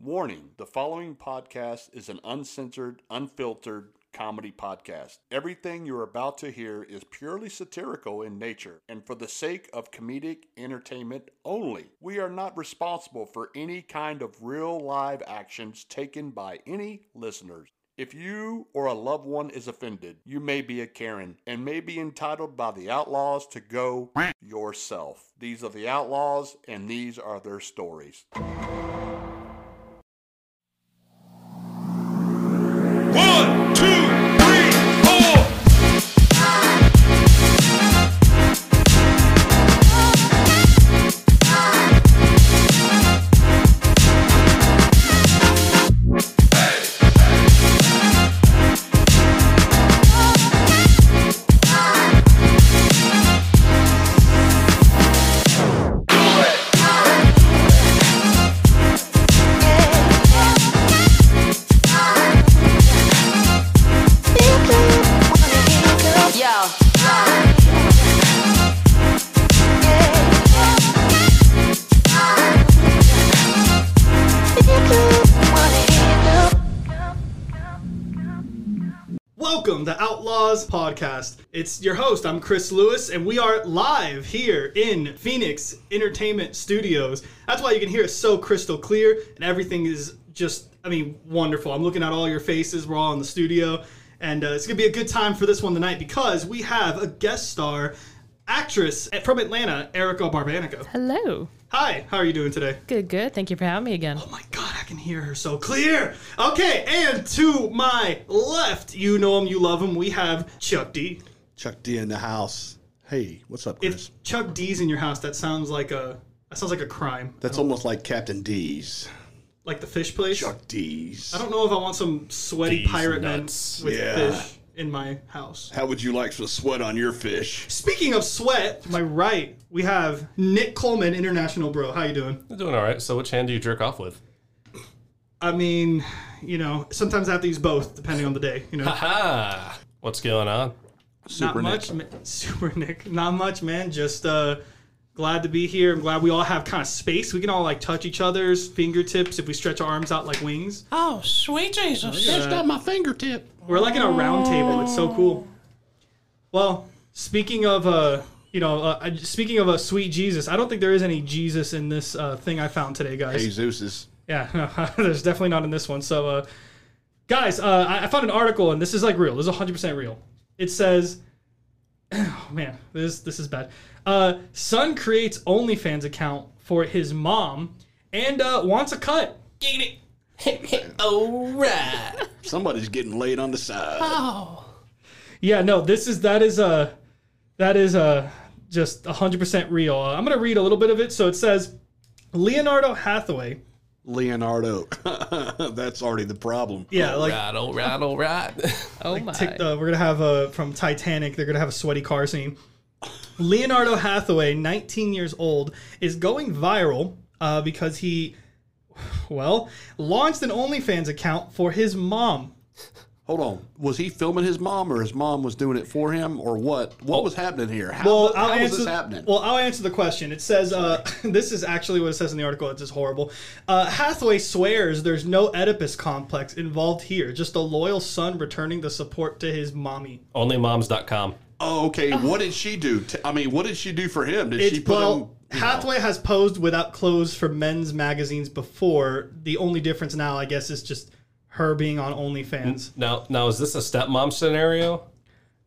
Warning the following podcast is an uncensored, unfiltered comedy podcast. Everything you're about to hear is purely satirical in nature and for the sake of comedic entertainment only. We are not responsible for any kind of real live actions taken by any listeners. If you or a loved one is offended, you may be a Karen and may be entitled by the Outlaws to go yourself. These are the Outlaws, and these are their stories. One, two, three, four. Yo. Welcome to Outlaws Podcast. It's your host, I'm Chris Lewis, and we are live here in Phoenix Entertainment Studios. That's why you can hear us so crystal clear, and everything is just, I mean, wonderful. I'm looking at all your faces, we're all in the studio, and uh, it's gonna be a good time for this one tonight because we have a guest star actress from Atlanta, Erica Barbanico. Hello. Hi, how are you doing today? Good, good. Thank you for having me again. Oh my god, I can hear her so clear. Okay, and to my left, you know him, you love him. We have Chuck D. Chuck D in the house. Hey, what's up, If Chris? Chuck D's in your house, that sounds like a that sounds like a crime. That's almost like Captain D's. Like the fish place. Chuck D's. I don't know if I want some sweaty These pirate nuts. men with Yeah. fish in my house. How would you like some sweat on your fish? Speaking of sweat, to my right we have Nick Coleman, international bro. How you doing? I'm doing all right. So, which hand do you jerk off with? I mean, you know, sometimes I have to use both depending on the day. You know, Ha! What's going on? not much, ma- super Nick. Not much, man. Just uh, glad to be here. I'm glad we all have kind of space. We can all like touch each other's fingertips if we stretch our arms out like wings. Oh, sweet Jesus. That's not my fingertip. We're like in a round table. It's so cool. Well, speaking of uh, you know, uh, I- speaking of a sweet Jesus, I don't think there is any Jesus in this uh, thing I found today, guys. Hey, Zeus's. Yeah, no, there's definitely not in this one. So, uh, guys, uh, I, I found an article, and this is like real. This is 100% real. It says, oh man, this this is bad. Uh, son creates OnlyFans account for his mom and uh, wants a cut. Somebody's getting laid on the side. Yeah, no, this is that is uh, that is uh, just 100% real. Uh, I'm gonna read a little bit of it. So it says, Leonardo Hathaway. Leonardo. That's already the problem. Yeah, like Rattle, rattle, rat. Oh my. Tic- uh, we're gonna have a from Titanic. They're gonna have a sweaty car scene. Leonardo Hathaway, 19 years old, is going viral uh, because he, well, launched an OnlyFans account for his mom. Hold on. Was he filming his mom, or his mom was doing it for him, or what? What was happening here? How, Well, how I'll was answer. this happening? Well, I'll answer the question. It says uh, this is actually what it says in the article. It's just horrible. Uh, Hathaway swears there's no Oedipus complex involved here. Just a loyal son returning the support to his mommy. Onlymoms.com. oh, okay. What did she do? T- I mean, what did she do for him? Did she It's, put well, him? Hathaway has posed without clothes for men's magazines before. The only difference now, I guess, is just her being on OnlyFans. Now, now is this a stepmom scenario?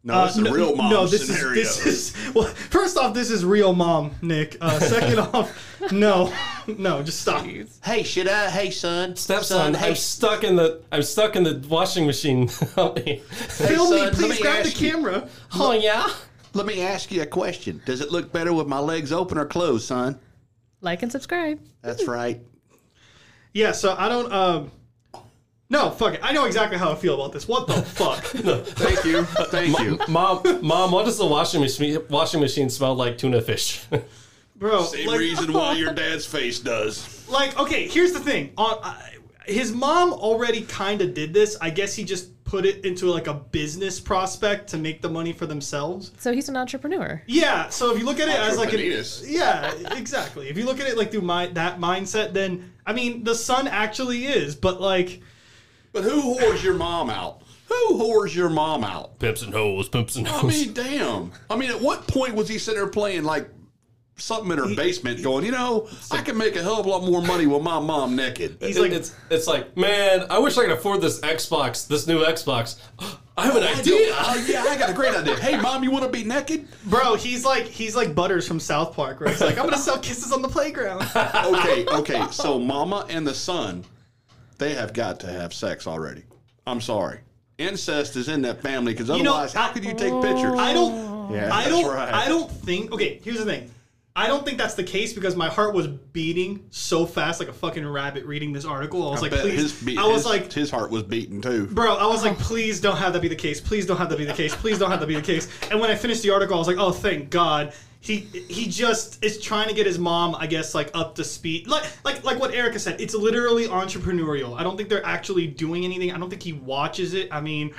No, Uh, it's Oh, a real mom no, this scenario. is this is well. First off, this is real mom, Nick. Uh, second off, no, no, just stop. hey, should I? Hey, son. Stepson, I'm stuck in the I'm stuck in the washing machine. Oh, Help me. Film son, me, let please. me grab the ask you. camera. Oh yeah. Let me ask you a question. Does it look better with my legs open or closed, son? Like and subscribe. That's right. Yeah, so I don't. Um, no, fuck it. I know exactly how I feel about this. What the fuck? Thank you. Thank you. Mom, mom, what does the washing machine washing machine smell like? Tuna fish. bro? like- why your dad's face does. Uh, like okay here's the thing on I his mom already kind of did this i guess he just put it into like a business prospect to make the money for themselves. So he's an entrepreneur. Yeah, so if you look at it as like an Entrepreneurs. yeah, exactly. If you look at it like through my that mindset, then I mean the son actually is, but like But who whores your mom out? Who whores your mom out? Pimps and hoes, pimps and I hoes. mean, damn. I mean, at what point was he sitting there playing like something in her basement, going, you know, I can make a hell of a lot more money with my mom naked? he's It- like it's it's like, man, I wish I could afford this Xbox, this new Xbox. I have an idea. Oh yeah, I got a great idea. Hey, mom, you want to be naked? bro, he's like he's like Butters from South Park, where it's like I'm gonna sell kisses on the playground. Okay, okay. So, mama and the son, they have got to have sex already. I'm sorry. Incest is in that family because know, otherwise, I- how could you take pictures? I don't. Yeah, I that's don't. right. I don't think. Okay, here's the thing. I don't think that's the case because my heart was beating so fast, like a fucking rabbit, reading this article. I was like, bet please. his, beat, I was his, like, his heart was beating too. bro. I was like, please don't have that be the case. Please don't have that be the case. Please don't have that be the case. And when I finished the article, I was like, oh, thank God. He he just is trying to get his mom, I guess, like up to speed. Like like like what Erica said. It's literally entrepreneurial. I don't think they're actually doing anything. I don't think he watches it. I mean,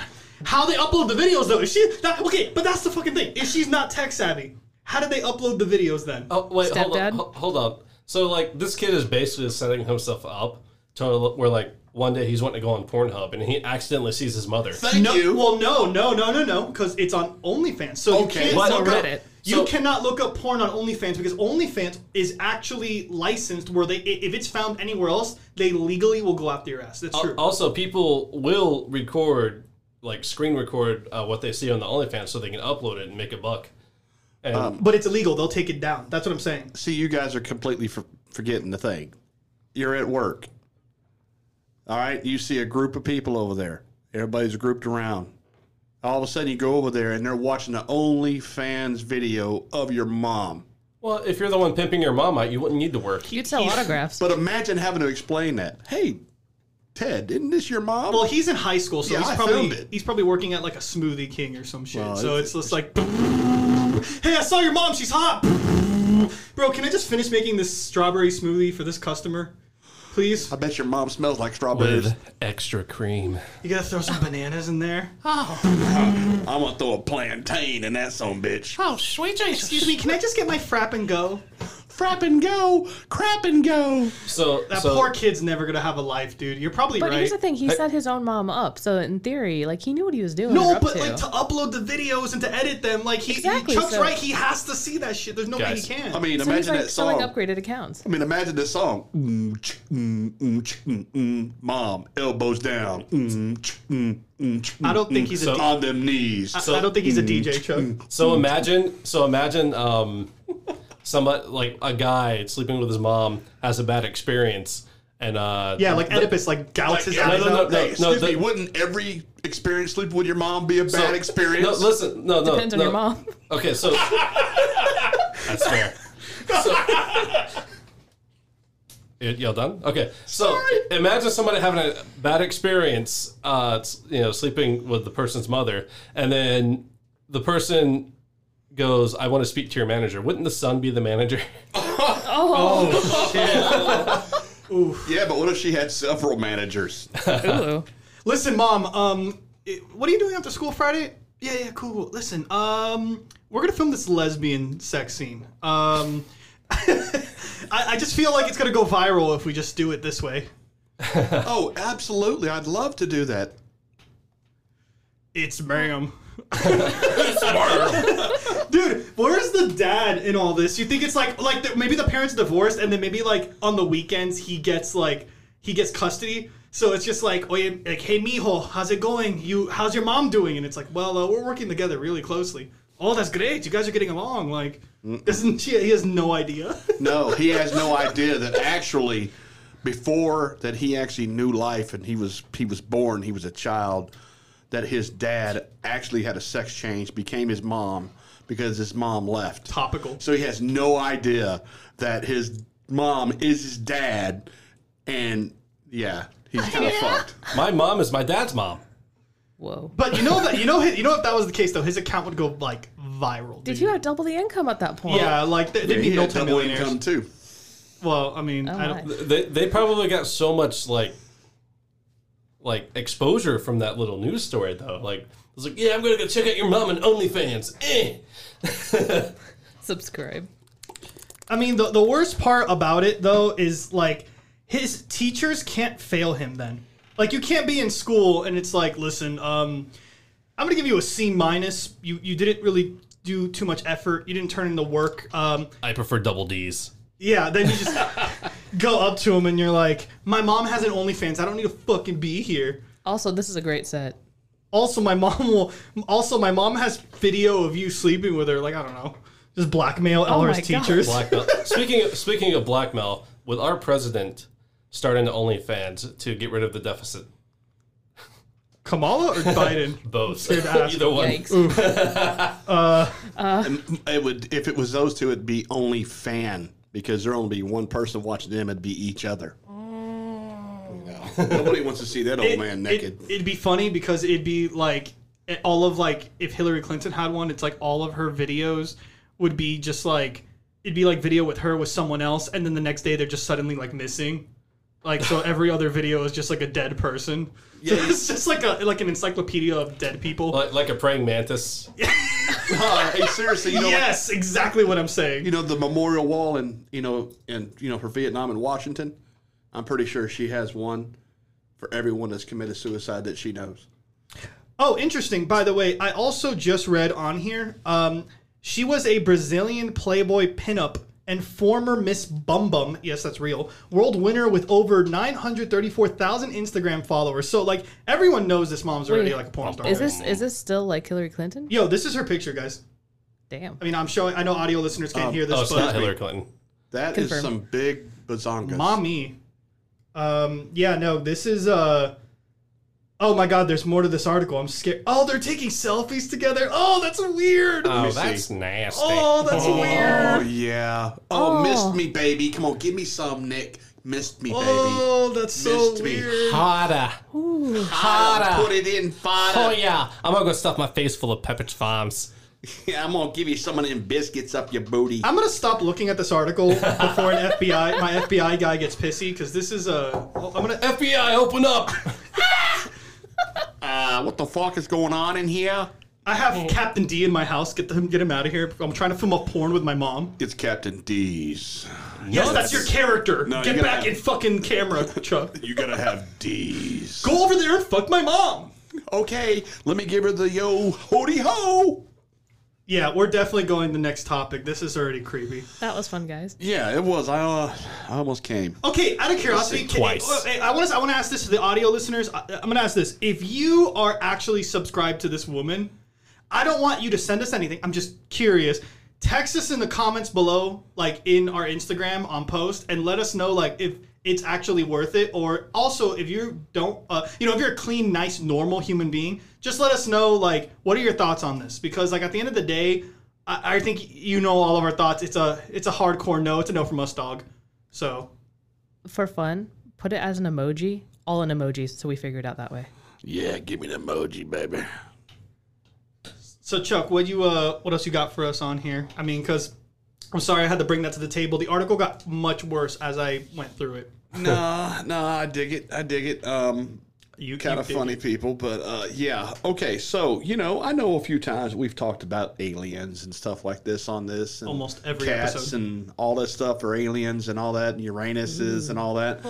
how they upload the videos though? Is she that, okay? But that's the fucking thing. If she's not tech savvy, how did they upload the videos then? Oh, wait, hold Stepdad? up, ho- hold up. So like, this kid is basically setting himself up to where like one day he's wanting to go on Pornhub and he accidentally sees his mother. Thank no, you. Well, no, no, no, no, no, because it's on OnlyFans. So Okay, you can't but- look Or up- Reddit. You So- cannot look up porn on OnlyFans because OnlyFans is actually licensed. Where they, i- if it's found anywhere else, they legally will go after your ass. That's true. Also, people will record, like screen record uh, what they see on the OnlyFans so they can upload it and make a buck. And but it's illegal. They'll take it down. That's what I'm saying. see you guys are completely for, forgetting the thing you're at work all right you see a group of people over there everybody's grouped around all of a sudden you go over there and they're watching the OnlyFans video of your mom well, if you're the one pimping your mom out, you wouldn't need to work. You'd sell autographs. but imagine having to explain that hey ted isn't this your mom Well, he's in high school, so Yeah, he's I probably filmed it. he's probably working at like a Smoothie King or some shit. Well, so it's- it's just like, hey, I saw your mom. She's hot. Bro, can I just finish making this strawberry smoothie for this customer, please? i bet your mom smells like strawberries extra cream. You gotta throw some bananas in there. i'm gonna throw a plantain in that son bitch oh, sweet Jesus. Excuse me, can I just get my frap and go? frap and go crap and go So That so, poor kid's never gonna have a life, dude. You're probably But right. here's the thing: he set his own mom up, so in theory, like he knew what he was doing. or No, up but to. like to upload the videos and to edit them, like he, Exactly, Chuck's so- right. He has to see that shit. There's no Guys, way he can. i mean so he's imagine like that selling song upgraded accounts. I mean, imagine this song. Mm, ch, mm, mm, ch, mm, mm. Mom, elbows down. Mm, ch, mm, mm, ch, I mm, don't think he's a. So- Mm, D- on them knees. I don't think he's a DJ, Chuck. So imagine, so imagine, um, somebody like a guy sleeping with his mom has a bad experience, and uh, Yeah, like Oedipus, like gouts his no, no, eyes no, out. no. hey, excuse the- me, wouldn't every experience sleep with your mom be a bad so- experience? No, listen, no, no, Depends on no. your mom. Okay, so that's fair. So, Y- y'all done? Okay, so imagine somebody having a bad experience, uh, s- you know, sleeping with the person's mother, and then the person goes, "I want to speak to your manager." Wouldn't the son be the manager? yeah, but what if she had several managers? Ooh. Listen, mom. Um, it- what are you doing after school Friday? Yeah, yeah, cool, cool. Listen, um, we're gonna film this lesbian sex scene. Um, I, I just feel like it's gonna go viral if we just do it this way. oh, absolutely. I'd love to do that. It's ma'am. Dude, where's the dad in all this? You think it's like like the, maybe the parents divorced and then maybe like on the weekends he gets like he gets custody. So it's just like, oye, like, hey, mijo, how's it going? You, how's your mom doing? And it's like, well, uh, we're working together really closely. Oh, that's great. You guys are getting along. Like, isn't she? He has no idea. No, he has no idea that actually, before that he actually knew life and he was he was born, he was a child. That his dad actually had a sex change, became his mom because his mom left. Topical. So he has no idea that his mom is his dad, and yeah, he's kind of fucked. my mom is my dad's mom. Whoa. But you know that you know you know if that was the case though, his account would go like viral. Did dude. you have double the income at that point? Yeah, like they, would He be had double multimillionaires. income too. Well, I mean, I Oh my. don't. They, they probably got so much like like exposure from that little news story though. Like I was like, yeah, I'm gonna go check out your mom and OnlyFans. Eh. Subscribe. I mean, the, the worst part about it though is like his teachers can't fail him. Then, like, you can't be in school and it's like, listen, um, I'm gonna give you a C minus. You you didn't really do too much effort. You didn't turn in the work. Um, I prefer double D's. yeah. Then you just go up to him and you're like, my mom has an OnlyFans. I don't need to fucking be here. Also, this is a great set. Also, my mom will. Also, my mom has video of you sleeping with her. Like, I don't know, just blackmail Eller's Oh my God. teachers. Blackmail. speaking of, speaking of blackmail, with our president starting the OnlyFans to get rid of the deficit, Kamala or Biden? both Good ass. either one. Yikes. It would if it was those two, it'd be only fan because there only be one person watching them. It'd be each other. You know, Nobody wants to see that old man naked. Mm. It, would be funny because it'd be like all of like if Hillary Clinton had one, it's like all of her videos would be just like it'd be like video with her with someone else, and then the next day they're just suddenly like missing. Like so, every other video is just like a dead person. Yeah, it's just like a like an encyclopedia of dead people. Like, like a praying mantis. uh, hey, seriously, you know, yes, exactly what I'm saying. you know the memorial wall in you know in you know for Vietnam and Washington. I'm pretty sure she has one for everyone that's committed suicide that she knows. Oh, interesting. By the way, I also just read on here. Um, she was a Brazilian Playboy pinup and former Miss Bum Bum. Yes, that's real. World winner with over nine hundred thirty-four thousand Instagram followers. So, like, everyone knows this mom's already Wait. like a porn star. Is this is this still like Hillary Clinton? Yo, this is her picture, guys. Damn. I mean, I'm showing. I know audio listeners can't hear Oh, this, it's but not Hillary Clinton. That is Confirmed. some big bazongas. mommy. Um, yeah, no, this is uh. Oh my God, there's more to this article. I'm scared. Oh, they're taking selfies together. Oh, that's weird. Oh, that's nasty. oh, that's Oh weird. yeah. Oh, Oh. missed me, baby. Come on, give me some, Nick. Missed me, baby. Oh, that's so Missed me. weird. Harder. I'll Harder. Put it in fire. Oh yeah, I'm gonna go stuff my face full of Pepperidge Farms. Yeah, I'm gonna give you some of them biscuits up your booty. I'm gonna stop looking at this article before an FBI, my FBI guy gets pissy because this is a. I'm gonna. FBI, open up. Uh, what the fuck is going on in here? I have Captain D in my house. Get him, get him out of here. I'm trying to film a porn with my mom. It's Captain D's. Yes, that's, your character. No, get you gotta back have- in fucking camera, Chuck. You gotta have D's. Go over there and fuck my mom. Okay, let me give her the yo hoody ho. Yeah, we're definitely going the next topic. This is already creepy. That was fun, guys. Yeah, it was. I, uh, I almost came. Okay, out of curiosity, can- twice. uh, hey, I want to. I want to ask this to the audio listeners. I, I'm going to ask this: If you are actually subscribed to this woman, I don't want you to send us anything. I'm just curious. Text us in the comments below, like in our Instagram on post, and let us know like if it's actually worth it. Or also, if you don't, uh, you know, if you're a clean, nice, normal human being, just let us know like what are your thoughts on this? Because like at the end of the day. I I think you know all of our thoughts. It's a it's a hardcore no. It's a no from us, dog. So For fun, put it as an emoji. All in emojis, so we figure it out that way. Yeah, give me the emoji, baby. So Chuck, what you uh, what else you got for us on here? I mean, because I'm sorry I had to bring that to the table. The article got much worse as I went through it. Nah, nah, I dig it. I dig it. Um, You kind you of dig funny it. people, but uh, yeah. Okay, so you know, I know a few times we've talked about aliens and stuff like this on this. And Almost every cats episode. and all that stuff are aliens and all that, and Uranuses and all that.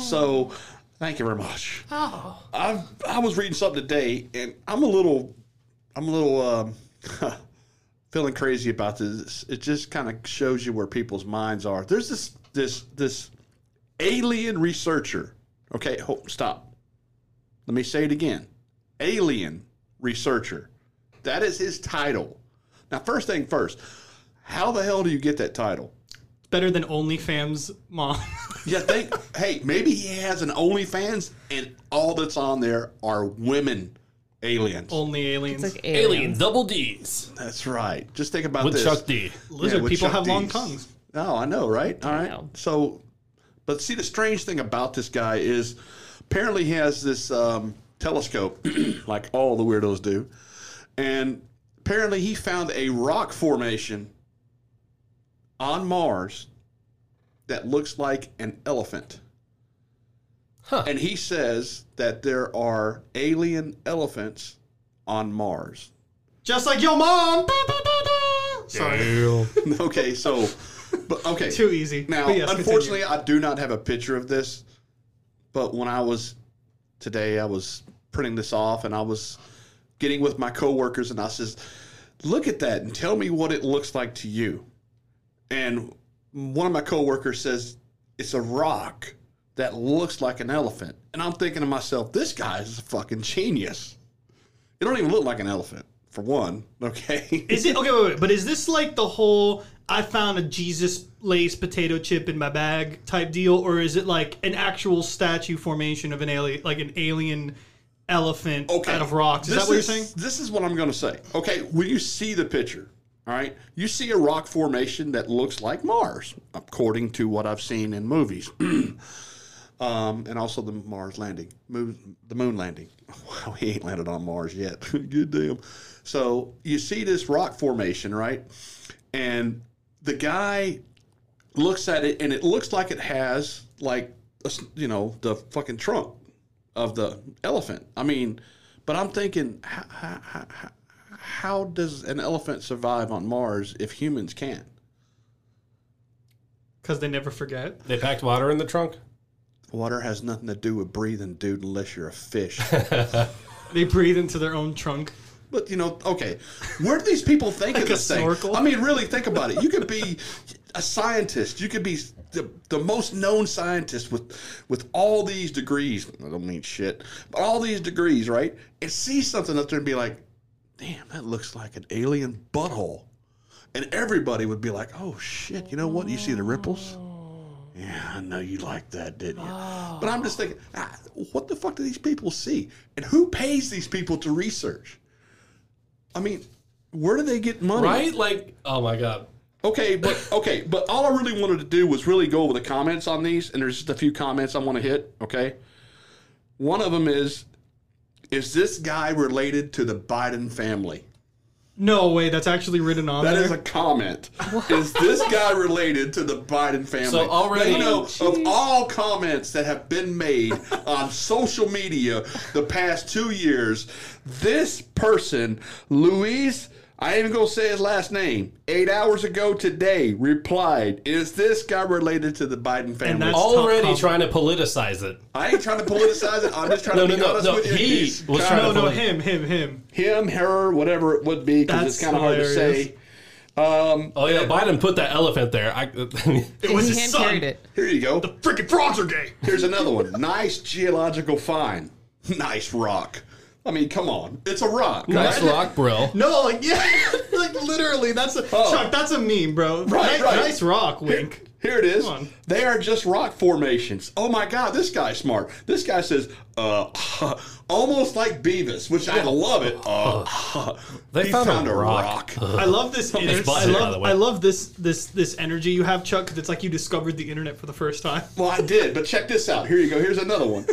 So, thank you very much. Oh, I I was reading something today, and I'm a little, I'm a little. Um, feeling crazy about this it just kind of shows you where people's minds are there's this this this alien researcher okay ho stop let me say it again alien researcher that is his title now first thing first how the hell do you get that title It's better than OnlyFans mom. yeah think hey maybe he has an onlyfans and all that's on there are women aliens Oh. Only aliens. It's like Alien aliens. double D's that's right just think about with this Chuck D. Lizard with people Chuck have long D's. tongues. Oh, I know, right? All right. know. So, but see, the strange thing about this guy is apparently he has this um, telescope, like all the weirdos do. And apparently he found a rock formation on Mars that looks like an elephant. And he says that there are alien elephants on Mars. Just like your mom. Sorry, okay, so, but okay. too easy. Now, But yes, continue. unfortunately, I do not have a picture of this, but when I was today, I was printing this off and I was getting with my coworkers and I says, "Look at that and tell me what it looks like to you." And one of my coworkers says, "It's a rock that looks like an elephant." And I'm thinking to myself, "This guy is a fucking genius." It don't even look like an elephant, for one. Okay. Is it okay? Wait, wait, but is this like the whole I found a Jesus Lay's potato chip in my bag type deal, or is it like an actual statue formation of an alien, like an alien elephant out of rocks? Is This that what you're saying? This is what I'm going to say. Okay, when you see the picture, all right, you see a rock formation that looks like Mars, according to what I've seen in movies, um, and also the Mars landing, moon, the moon landing. Wow, he ain't landed on Mars yet. Good damn. So you see this rock formation, right? And the guy looks at it, and it looks like it has like a s you know the fucking trunk of the elephant. I mean, but I'm thinking, how, how, how does an elephant survive on Mars if humans can't? Because they never forget. They packed water in the trunk. Water has nothing to do with breathing, dude, unless you're a fish. They breathe into their own trunk. but, you know, okay, where do these people think of Like a this thing? snorkel? I mean, really think about it. You could be a scientist, you could be the, the most known scientist with, with all these degrees. I don't mean shit, but all these degrees, right? And see something up there and be like, damn, that looks like an alien butthole. And everybody would be like, oh shit, you know what? You see the ripples? Yeah, I know you liked that, didn't you? But I'm just thinking, ah, what the fuck do these people see? And who pays these people to research? I mean, where do they get money? Right? Like, oh my god. Okay, but okay, but all I really wanted to do was really go over the comments on these, and there's just a few comments I want to hit. Okay, one of them is, is this guy related to the Biden family? No way, that's actually written on That there. is a comment. Is this guy related to the Biden family? So already- Now, you know, of all comments that have been made on social media the past two years, this person, Luis, I ain't even gonna say his last name. Eight hours ago today, replied, "Is this guy related to the Biden family?" that's- Already Top trying to politicize it. I ain't trying to politicize it. I'm just trying No, to no, be no, honest no, with you. he He's was kinda- trying to no, no, him, him, him. him, her, whatever it would be, because it's That's kind of hard to hilarious. say. Oh yeah, Biden put that elephant there. I, It was he his hand son. carried it. Here you go. Freaking frogs are gay. Here's another one. Nice geological find. Nice rock. I mean, come on. It's a rock. nice right? rock, bro. No, like yeah, like literally, that's a Chuck. That's a meme, bro. oh. Right, nice, right. nice rock, wink. Here it is. Come on. They are just rock formations. Oh my God, this guy's smart. This guy says, uh, almost like Beavis, which I love it. Uh, They he found a rock. Uh, rock. I love this. Energy. I busted, by the love. way. I love this. This this energy you have, Chuck, because it's like you discovered the internet for the first time. Well, I did, but check this out. Here you go. Here's another one.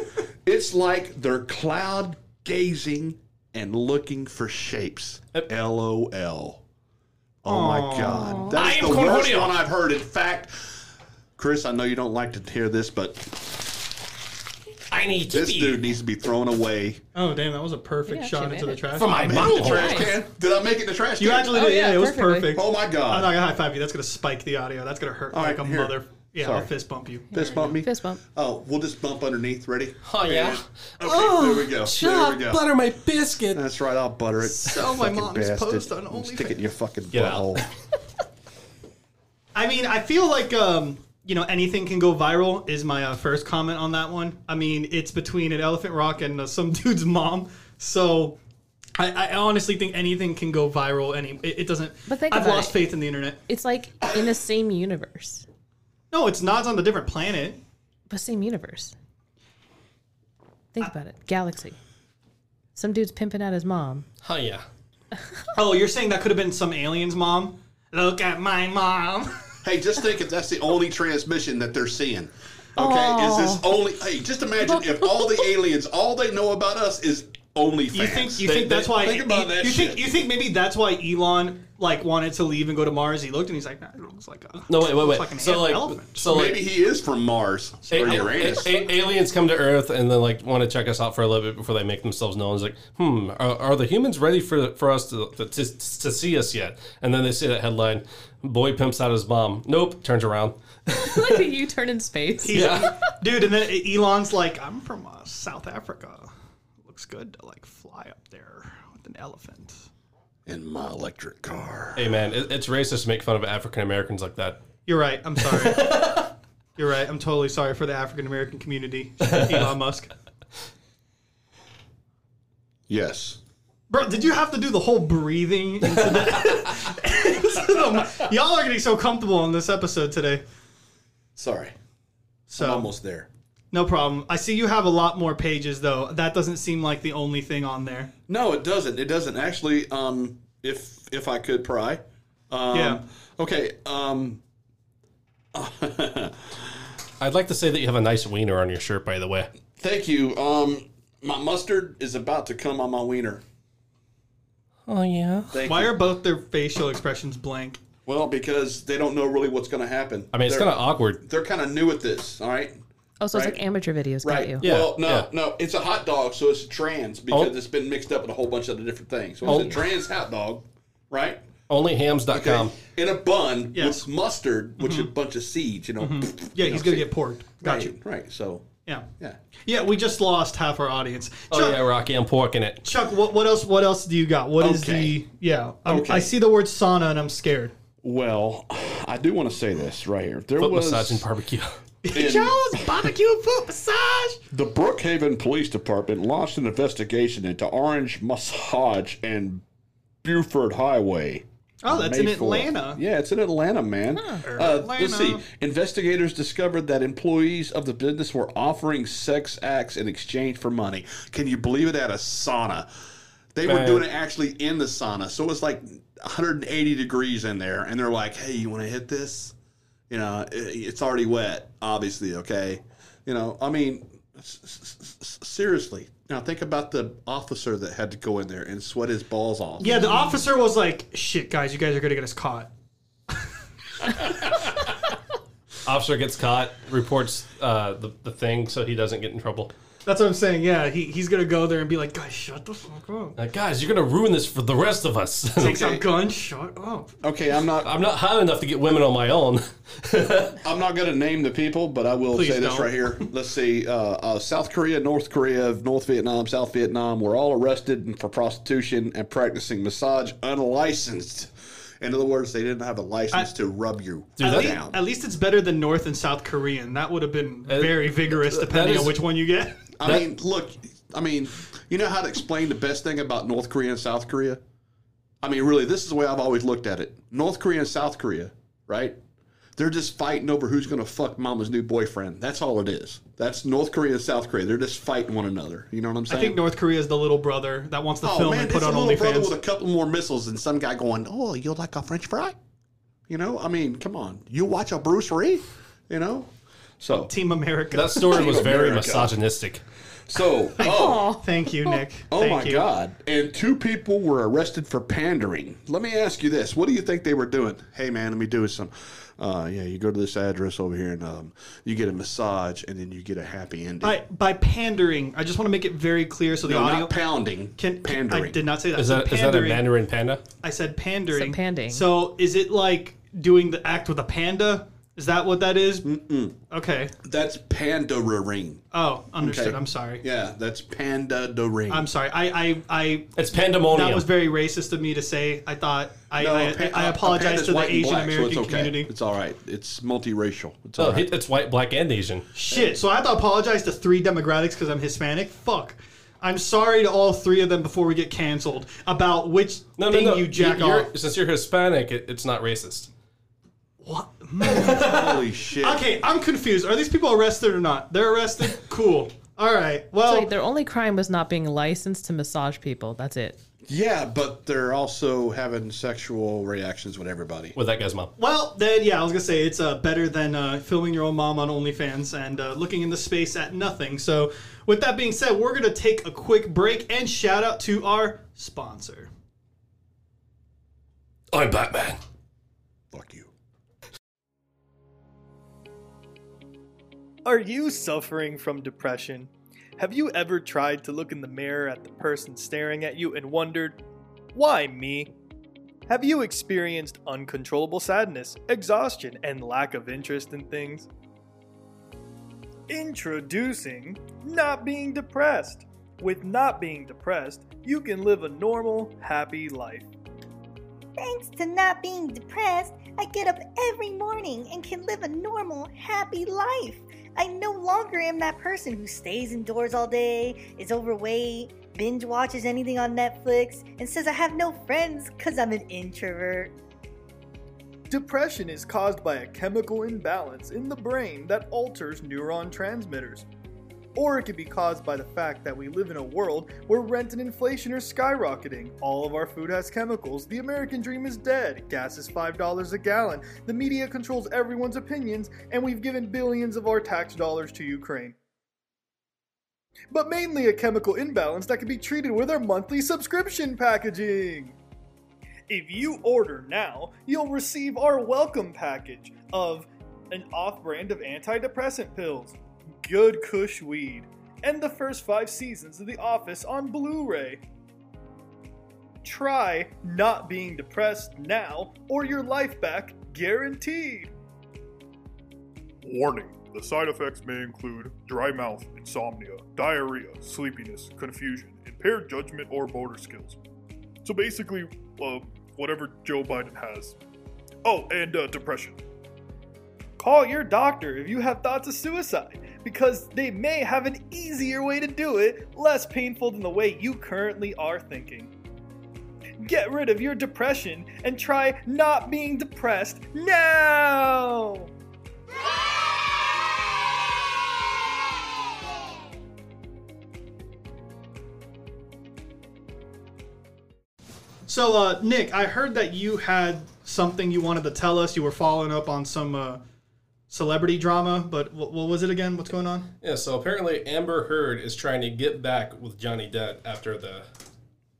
it's like they're cloud gazing and looking for shapes. LOL. Oh my God. I That's am the worst Cornelio. one I've heard. In fact, Chris, I know you don't like to hear this, but I need to this dude needs to be thrown away. Oh damn, that was a perfect Yeah, shot she into made the it. trash. for my The trash bunghole. can? Did I make it in the trash you can? actually Oh, did. yeah, Yeah, it was perfectly. perfect. Oh my I'm not God. gonna high five you. That's gonna spike the audio. That's gonna hurt like right, a here. mother. Yeah, I'll Sorry. fist bump you. Fist bump me. Fist bump. Oh, we'll just bump underneath. Ready? Oh yeah. Okay, there we go. There we go. butter my biscuit. That's right. I'll butter it. Sell my Fucking mom's bastard. post on OnlyFans. Stick it in your fucking Get out. butthole. I mean, I feel like um, you know anything can go viral. Is my uh, first comment on that one. I mean, it's between an elephant rock and uh, some dude's mom. So, I, I honestly think anything can go viral. Any, it, it doesn't. But think I've about lost it. faith in the internet. It's like in the same universe, No, it's not it's on a different planet. but same universe. Think about it, galaxy. Some dude's pimping out his mom. Oh yeah. Oh, you're saying that could have been some alien's mom? Look at my mom. Hey, just think if that's the only transmission that they're seeing. Okay, is this only? Hey, just imagine if all the aliens, all they know about us is OnlyFans. You think you They- think they- that's why? Think about you, that you shit. think you think maybe that's why Elon like wanted to leave and go to Mars? He looked and he's like, nah, it looks like a No, wait, wait, wait. Looks like an so like, elephant. so like, Maybe he is from Mars a- or Uranus. a- a- aliens come to Earth and then like want to check us out for a little bit before they make themselves known. It's like, hmm, are, are the humans ready for for us to, to to see us yet? And then they see that headline: "Boy pimps out his mom." Nope, turns around. like a U-turn in space. Yeah, dude. And then Elon's like, I'm from uh, South Africa. Looks good to like fly up there with an elephant. in my electric car. hey man, it, it's racist to make fun of African Americans like that. You're right. I'm sorry. You're right. I'm totally sorry for the African American community. Elon Musk. Yes. Bro, did you have to do the whole breathing into the, into the- Y'all are getting so comfortable on this episode today. Sorry. So Almost there. no problem. I see you have a lot more pages though. That doesn't seem like the only thing on there. No, it doesn't. It doesn't actually. Um, if if I could pry. Um, Yeah. Okay. Um, I'd like to say that you have a nice wiener on your shirt, by the way. thank you. Um, my mustard is about to come on my wiener. Oh yeah. Thank Why you. are both their facial expressions blank? Well, because they don't know really what's going to happen. I mean, it's They're- kind of awkward. They're kind of new at this. All right. Oh, so it's Right. like amateur videos, Right. got you. Yeah, well, no, yeah. no. It's a hot dog, so it's trans because Oh. it's been mixed up with a whole bunch of other different things. So it's Oh. a trans hot dog, right? Okay. Onlyhams.com. In a bun Yes. with mustard, which Mm-hmm. is a bunch of seeds, you know. Yeah, he's gonna get porked. Got right, you. Right. So, Yeah. yeah. Yeah, we just lost half our audience. Chuck, Oh yeah, Rocky, I'm porking it. Chuck, what, what else what else do you got? What is Okay. the Yeah. I'm- Okay. I see the word sauna and I'm scared. Well, I do want to say this right here. There Foot was massage and barbecue. in- barbecue foot massage. the Brookhaven Police Department launched an investigation into Orange Massage and Buford Highway. Oh, that's in May 4th. Atlanta. Yeah, it's in Atlanta, man. Uh, Let's see. Atlanta. Investigators discovered that employees of the business were offering sex acts in exchange for money. Can you believe it? At a sauna, they were Man. doing it actually in the sauna, so it was like 180 degrees in there, and they're like, "Hey, you want to hit this? You know, i it's already wet, obviously. Okay, you know, I mean." s- s- s- Seriously, now think about the officer that had to go in there and sweat his balls off. Yeah, the officer was like, "Shit, guys, you guys are gonna get us caught." Officer gets caught, reports uh, the the thing, so he doesn't get in trouble. That's what I'm saying. Yeah, he, he's gonna go there and be like, "Guys, shut the fuck up." Like, guys, you're gonna ruin this for the rest of us. Takes out gun, shut up. Okay, I'm not I'm not hot enough to get women on my own. I'm not going to name the people, but I will Please say this don't. right here. Let's see. Uh, uh, South Korea, North Korea, North Vietnam, South Vietnam were all arrested for prostitution and practicing massage unlicensed. In other words, they didn't have a license to rub you At, down. least, at least it's better than North and South Korean. That would have been Uh, very vigorous, depending is- on which one you get. I mean, look, I mean, you know how to explain the best thing about North Korea and South Korea? I mean, really, this is the way I've always looked at it. North Korea and South Korea, right? They're just fighting over who's going to fuck mama's new boyfriend. That's all it is. That's North Korea and South Korea. They're just fighting one another. You know what I'm saying? I think North Korea is the little brother that wants to oh, film man, and it's put a on little brother OnlyFans. with a couple more missiles and some guy going, oh, you like a french fry? You know, I mean, come on. You watch a Bruce Lee? You know? So, Team America. that story was very America. misogynistic. so, oh. Thank you, Nick. Oh Thank my you. God! And two people were arrested for pandering. Let me ask you this: What do you think they were doing? Hey, man, let me do some. Uh, yeah, you go to this address over here, and um, you get a massage, and then you get a happy ending. By by pandering, I just want to make it very clear so the no, audio not pounding. can, can- pandering. I did not say that. Is So that is that a pandering- Mandarin panda? I said pandering. So panding. So is it like doing the act with a panda? Is that what that is? Okay. That's pandering. Oh, understood. Okay. I'm sorry. Yeah, that's pandering. I'm sorry. I, I, I It's that pandemonium. was very racist of me to say. I thought I, No, uh, I, a pan- I a apologize panda's to the white and Asian black, so American it's okay. community. It's all right. It's multiracial. It's all oh, right. it- it's white, black, and Asian. Shit. So I have to apologize to three demographics because I'm Hispanic. Fuck. I'm sorry to all three of them before we get canceled about which No, no, thing no. you jack you're, off. Since you're Hispanic, it, it's not racist. What? Holy shit! Okay, I'm confused. Are these people arrested or not? They're arrested. Cool. All right. Well, So their only crime was not being licensed to massage people. That's it. Yeah, but they're also having sexual reactions with everybody. With that guy's mom. Well, then, yeah, I was gonna say it's uh, better than uh, filming your own mom on OnlyFans and uh, looking in the space at nothing. So With that being said, we're going to take a quick break and shout out to our sponsor. I'm Batman. Fuck you. Are you suffering from depression? Have you ever tried to look in the mirror at the person staring at you and wondered, why me? Have you experienced uncontrollable sadness, exhaustion, and lack of interest in things? Introducing Not Being Depressed. With Not Being Depressed, you can live a normal, happy life. Thanks to not being depressed, I get up every morning and can live a normal, happy life. I no longer am that person who stays indoors all day, is overweight, binge watches anything on Netflix, and says I have no friends because I'm an introvert. Depression is caused by a chemical imbalance in the brain that alters neuron transmitters. Or it can be caused by the fact that we live in a world where rent and inflation are skyrocketing. All of our food has chemicals. The American dream is dead. Gas is $5 a gallon. The media controls everyone's opinions, and we've given billions of our tax dollars to Ukraine. But mainly a chemical imbalance that can be treated with our monthly subscription packaging. If you order now, you'll receive our welcome package of an off brand of antidepressant pills, good Kush weed, and the first five seasons of The Office on Blu ray. Try not being depressed now, or your life back guaranteed. Warning the side effects may include dry mouth, insomnia, diarrhea, sleepiness, confusion, impaired judgment, or motor skills. So basically, uh, whatever Joe Biden has. Oh, and uh, depression. Call your doctor if you have thoughts of suicide, because they may have an easier way to do it, less painful than the way you currently are thinking. Get rid of your depression and try not being depressed now! So, uh, Nick, I heard that you had something you wanted to tell us. You were following up on some uh, celebrity drama, but what, what was it again? What's going on? Yeah, so apparently Amber Heard is trying to get back with Johnny Depp after the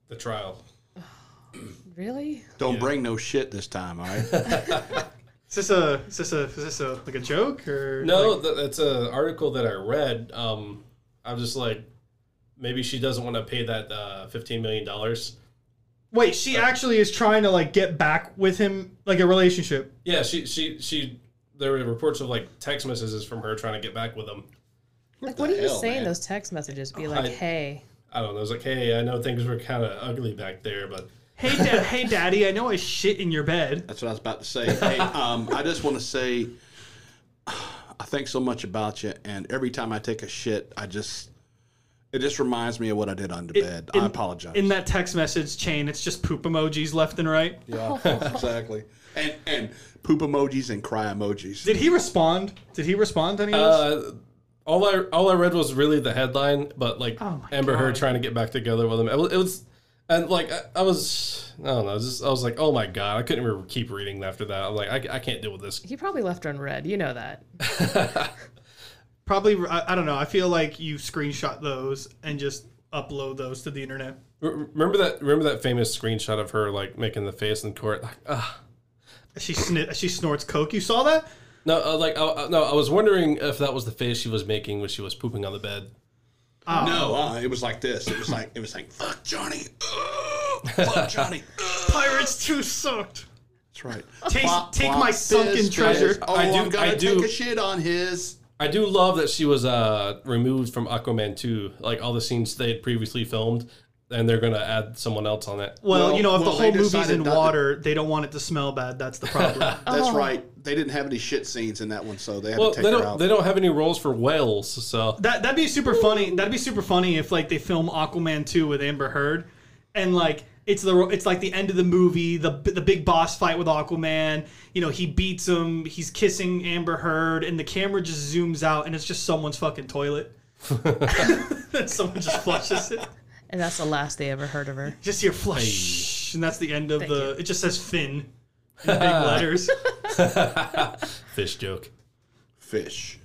the trial. Really? Don't bring no shit this time, all right? Is this a is this a is this a like a joke or No, th- that's an article that I read. Um, I'm just like, maybe she doesn't want to pay that uh, $15 million. Wait, Uh. she actually is trying to like get back with him, like a relationship. Yeah, she, she, she, there were reports of like text messages from her trying to get back with him. Like, what are you hell, saying? man? Those text messages be like, I- "Hey, I don't know. It was like, hey, I know things were kind of ugly back there, but Hey, dad, hey, daddy, I know I shit in your bed. That's what I was about to say. Hey, um, I just want to say I think so much about you, and every time I take a shit, I just it just reminds me of what I did under bed. in- I apologize. In that text message chain, it's just poop emojis left and right. yeah, exactly. And and poop emojis and cry emojis. Did he respond? Did he respond to any of this? uh, all I all I read was really the headline, but like Oh my Amber Heard God. trying to get back together with him. It was, it was and like I, I was, I don't know, I was just I was like, oh my god, I couldn't even keep reading after that. I'm like, I, I can't deal with this. he probably left unread. You know that." Probably, I, I don't know. I feel like you screenshot those and just upload those to the internet. R- Remember that? Remember that famous screenshot of her like making the face in court? Like, ah. She sni she snorts coke. You saw that? No, uh, like uh, uh, no, I was wondering if that was the face she was making when she was pooping on the bed. No, uh, it was like this. It was like it was like fuck Johnny, Ugh, fuck Johnny. Ugh. Pirates two sucked. That's right. Take- Plop, take plop, my sunken fist, treasure. fist. Oh, I I do- am gonna I do- take a shit on his. I do love that she was uh, removed from Aquaman 2, like all the scenes they had previously filmed, and they're gonna add someone else on it. Well, Well, you know, if well, the they whole movie's decided in not to- water, they don't want it to smell bad. That's the problem. That's right. They didn't have any shit scenes in that one, so they had Well, to they take her don't out. they don't have any roles for whales, so That that'd be super funny. That'd be super funny if like they film Aquaman two with Amber Heard, and like it's the it's like the end of the movie, the the big boss fight with Aquaman. You know, he beats him. He's kissing Amber Heard, and the camera just zooms out, and it's just someone's fucking toilet. and someone just flushes it. And that's the last they ever heard of her. Just hear flush, and that's the end of Thank the. you. It just says Finn in big letters. fish joke. fish.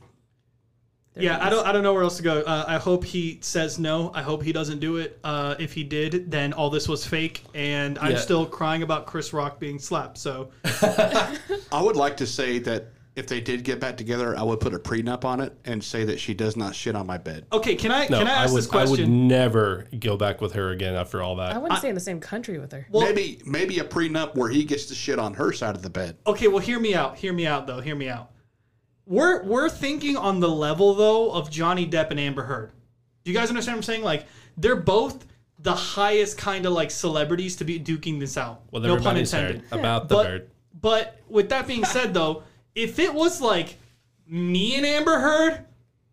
There Yeah, it I is. don't. I don't know where else to go. Uh, I hope he says no. I hope he doesn't do it. Uh, if he did, then all this was fake, and I'm Yeah. still crying about Chris Rock being slapped. So I would like to say that if they did get back together, I would put a prenup on it and say that she does not shit on my bed. okay, can I No, can I I, ask this would, I question? would never go back with her again after all that. I wouldn't stay in the same country with her. maybe maybe a prenup where he gets to shit on her side of the bed. okay, well, hear me out. Hear me out, though. Hear me out. We're we're thinking on the level though of Johnny Depp and Amber Heard. Do you guys understand what I'm saying? Like they're both the highest kind of like celebrities to be duking this out. Well, no pun everybody's intended. heard about the but, bird. But with that being said, though, if it was like me and Amber Heard,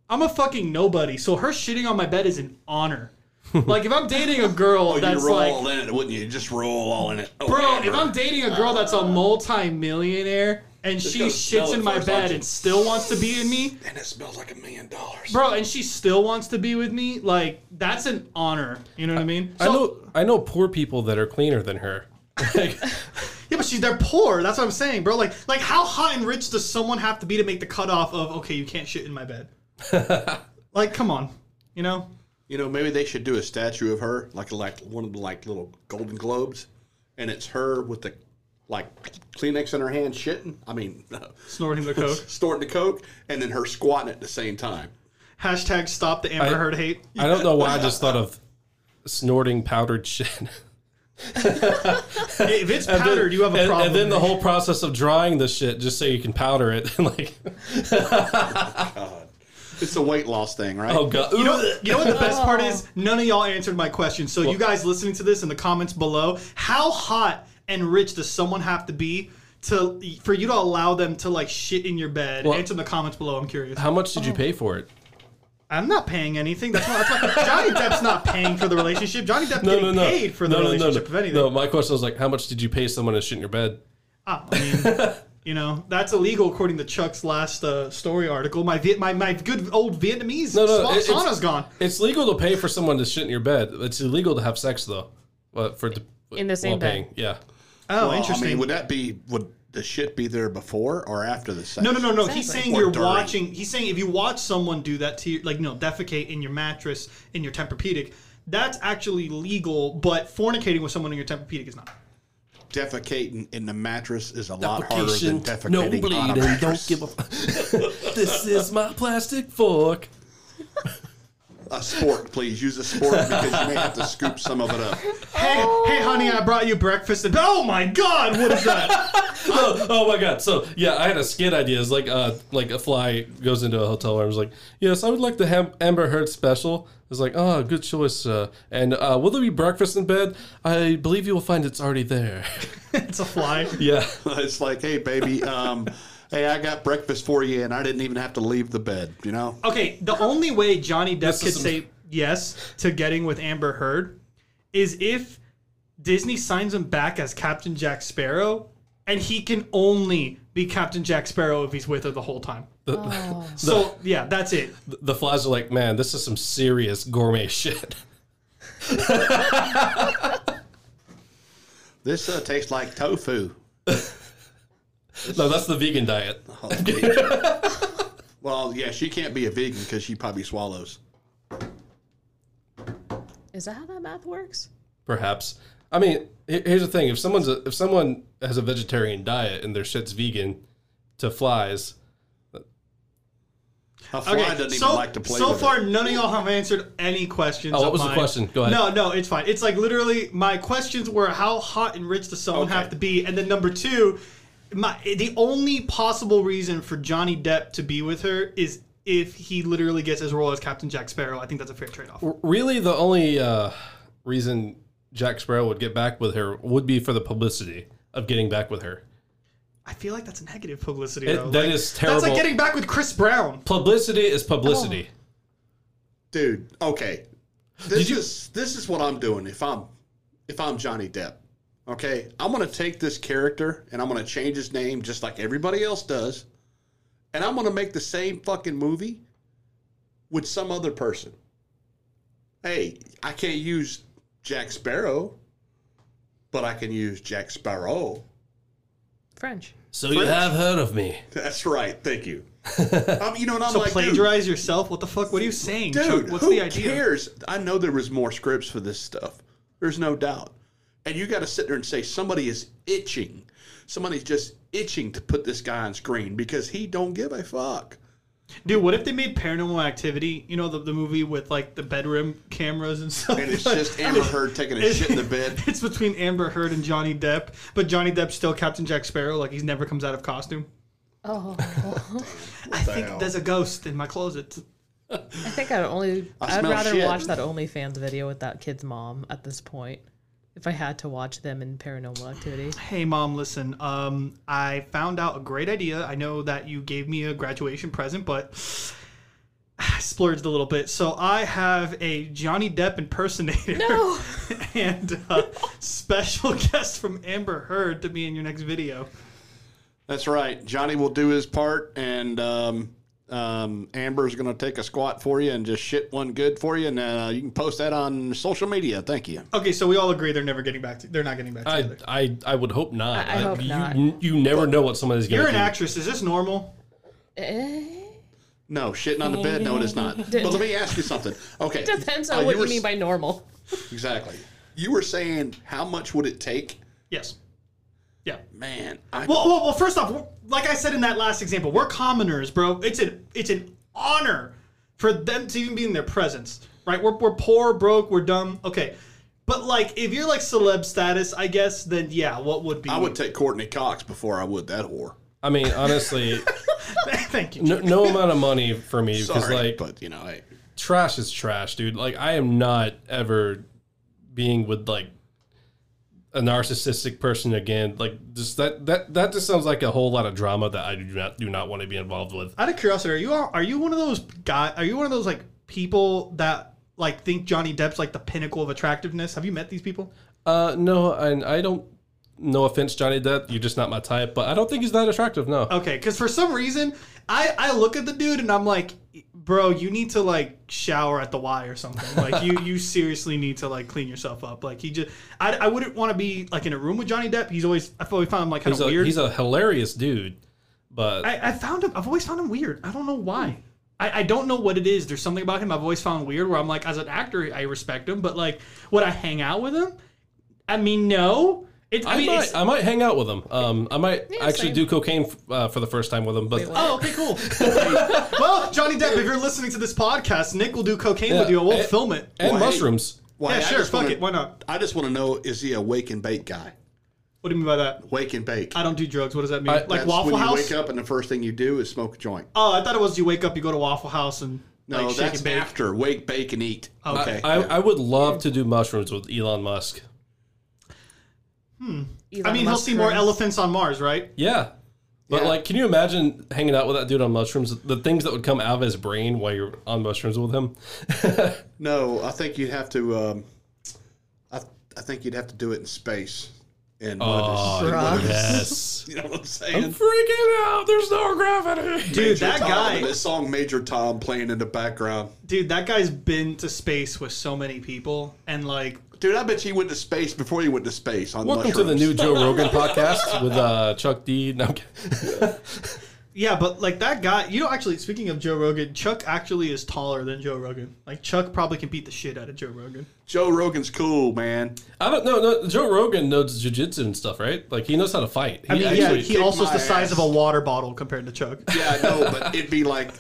I'm a fucking nobody. So her shitting on my bed is an honor. like if I'm dating a Oh, girl that's like in it, wouldn't you? Just roll all in it, Oh, Bro, Amber. if I'm dating a girl that's a multi-millionaire and she gotta smell shits it in my first, bed aren't you? and still wants to be in me, and it smells like a million dollars. bro, and she still wants to be with me, like that's an honor. You know what I mean? I know I know poor people that are cleaner than her. Like, yeah, but she's they're poor. That's what I'm saying, bro. Like, like how hot and rich does someone have to be to make the cutoff of okay, you can't shit in my bed? like, come on, you know? You know, maybe they should do a statue of her, like like one of the like little Golden Globes, and it's her with the like Kleenex in her hand, shitting. I mean, Snorting the coke. snorting the coke, and then her squatting at the same time. Hashtag stop the Amber I- Heard hate. I don't know why I just thought of snorting powdered shit. if it's powdered, you have a and, problem. and then the whole process of drying the shit just so you can powder it. like, It's a weight loss thing, right? oh god, You know, you know what the best part is? None of y'all answered my question. So you guys listening to this in the comments below, how hot and rich does someone have to be to for you to allow them to like shit in your bed? Well- Answer in the comments below. I'm curious. How much did you pay for it? I'm not paying anything. That's why, that's why Johnny Depp's not paying for the relationship. Johnny Depp No, no, getting no. paid for the no, no, no, relationship. no. If anything, No, my question was like, how much did you pay someone to shit in your bed? Ah, I mean, you know that's illegal according to Chuck's last uh, story article. My Viet, my my good old Vietnamese No, no, swa- it- it's- sauna's gone. It's legal to pay for someone to shit in your bed. It's illegal to have sex though, but for In the same while bed. paying. Yeah. Oh, Well, interesting. I mean, would that be would the shit be there before or after the sex? No, no, no, no. He's Exactly. saying Or you're dirty. watching. He's saying if you watch someone do that to you, like no, defecate in your mattress in your Tempur-Pedic, that's actually legal. But fornicating with someone in your Tempur-Pedic is not. Defecating in the mattress is a lot harder than defecating no on a bleeding. mattress. Don't give a. this is my plastic fork. a spork, please. Use a spork because you may have to scoop some of it up. Hey, hey, honey, I brought you breakfast. And oh my God, what is that? oh, oh my god! So yeah, I had a skit idea. It's like uh, like a fly goes into a hotel room. It's like, yes, I would like the Ham- Amber Heard special. It's like, oh, good choice. Uh, and uh, will there be breakfast in bed? I believe you will find it's already there. it's a fly. yeah, It's like, hey, baby, um, hey, I got breakfast for you, and I didn't even have to leave the bed. You know, Okay, the only way Johnny Depp could some- say yes to getting with Amber Heard is if Disney signs him back as Captain Jack Sparrow, and he can only be Captain Jack Sparrow if he's with her the whole time. So yeah, that's it. the flies are like, man, this is some serious gourmet shit. this uh, tastes like tofu. no, that's the vegan diet. Well, yeah, she can't be a vegan because she probably swallows. Is that how that math works? Perhaps. I mean, he- here's the thing: if someone's a, if someone has a vegetarian diet and their shit's vegan to flies, A fly doesn't even like to play. so with it. far, none of y'all have answered any questions. Oh, what of was the mine. question? Go ahead. No, no, it's fine. It's like literally my questions were how hot and rich does someone have to be, and then number two, my the only possible reason for Johnny Depp to be with her is if he literally gets his role as Captain Jack Sparrow. I think that's a fair trade off. really the only uh, reason Jack Sparrow would get back with her would be for the publicity of getting back with her. I feel like that's negative publicity. It- though. that Like, is That's like terrible. getting back with Chris Brown. Publicity is Oh. publicity. dude. Okay, this you- is this is what I'm doing. If I'm if I'm Johnny Depp, okay, I'm gonna take this character and I'm gonna change his name just like everybody else does, and I'm gonna make the same fucking movie with some other person. Hey, I can't use Jack Sparrow, but I can use Jack Sparrow. French. So you have heard of me. That's right. Thank you. Um, you know, and I'm So like, dude, plagiarize yourself? What the fuck? What are you saying, dude, Chuck? What's who the idea? cares? I know there was more scripts for this stuff. There's no doubt. And you got to sit there and say somebody is itching. Somebody's just itching to put this guy on screen because he don't give a fuck. Dude, what if they made Paranormal Activity? You know the, the movie with like the bedroom cameras and stuff. And it's just Amber Heard taking a shit in the bed. It's between Amber Heard and Johnny Depp, but Johnny Depp's still Captain Jack Sparrow. Like he's never comes out of costume. Oh, I think there's a ghost in my closet. I think I'd only. I I'd smell rather shit. watch that OnlyFans video with that kid's mom at this point. If I had to watch them in Paranormal Activity, Hey mom, listen. Um, I found out a great idea. I know that you gave me a graduation present, but I splurged a little bit. So I have a Johnny Depp impersonator. No. and uh, special guest from Amber Heard to be in your next video. That's right. Johnny will do his part, and um, um, Amber's going to take a squat for you and just shit one good for you, and uh, you can post that on social media. Thank you. Okay, so we all agree they're never getting back. To, they're not getting back I, together. I I would hope not. I- I hope you, not. You never know what somebody's going You're to an do. actress. Is this normal? Eh, No, shitting on the bed. No, it is not. but let me ask you something. Okay, depends Uh, on what were you mean s- by normal. exactly. You were saying how much would it take? Yes. Yeah. Man, I Well, well, well. First off, we're- like I said in that last example, we're commoners, bro. It's an it's an honor for them to even be in their presence, right? We're we're poor, broke, we're dumb. Okay. But like, if you're like celeb status, I guess, then yeah, what would be? I would take Courtney Cox before I would that whore. I mean, honestly, Thank you. no, no amount of money for me because Sorry, like but you know, hey, trash is trash, dude. Like I am not ever being with like a narcissistic person again. Like just that that that just sounds like a whole lot of drama that I do not do not want to be involved with. out of curiosity, are you are you one of those guy? Are you one of those like people that like think Johnny Depp's like the pinnacle of attractiveness? Have you met these people? Uh no, and I don't no offense, Johnny Depp, you're just not my type, but I don't think he's that attractive, no. Okay, because for some reason, I I look at the dude and I'm like, bro, you need to like shower at the Y or something. Like you you seriously need to like clean yourself up. Like he just, I, I wouldn't want to be like in a room with Johnny Depp. He's always I've always found him like kind he's of a weird. he's a hilarious dude. But I, I found him. I've always found him weird. I don't know why. Hmm. I, I don't know what it is. There's something about him I've always found weird. Where I'm like, as an actor, I respect him, but like, would I hang out with him? I mean, no. It's I, I, mean, might, it's, I might hang out with him. Um, I might actually same. do cocaine f- uh, for the first time with him. But oh, okay, cool. well, Johnny Depp, if you're listening to this podcast, Nick will do cocaine with you, and we'll and- film it. and Why? mushrooms. eh, why? yeah, I sure. just Fuck wanna- it. Why not? I just want to know: is he a wake and bake guy? What do you mean by that? Wake and bake. I don't do drugs. What does that mean? I- like That's Waffle when House? you wake up and the first thing you do is smoke a joint. Oh, I thought it was you wake up, you go to Waffle House, and No, like, shake that's and bake. Oh, after wake, bake, and eat. Okay. I, I would love to do mushrooms with Elon Musk. I mean, he'll see more elephants on Mars, right? Yeah. But like, can you imagine hanging out with that dude on mushrooms? The things that would come out of his brain while you're on mushrooms with him. No, I think you'd have to. Um, I, I think you'd have to do it in space. And Oh, yes. you know what I'm I'm saying? freaking out. There's no gravity. Dude, that Tom, guy. and This song, Major Tom, playing in the background. Dude, that guy's been to space with so many people, and like, Dude, I bet you went to space before you went to space on Welcome to the mushrooms. new Joe Rogan podcast with uh, Chuck D. No, I'm kidding. yeah, but like that guy. You know, actually, speaking of Joe Rogan, Chuck actually is taller than Joe Rogan. Like, Chuck probably can beat the shit out of Joe Rogan. Joe Rogan's cool, man. I don't know. No, Joe Rogan knows jujitsu and stuff, right? Like he knows how to fight. He I mean, yeah, actually- he kicked also's my the size ass. of a water bottle compared to Chuck. Yeah, I know, but it'd be like,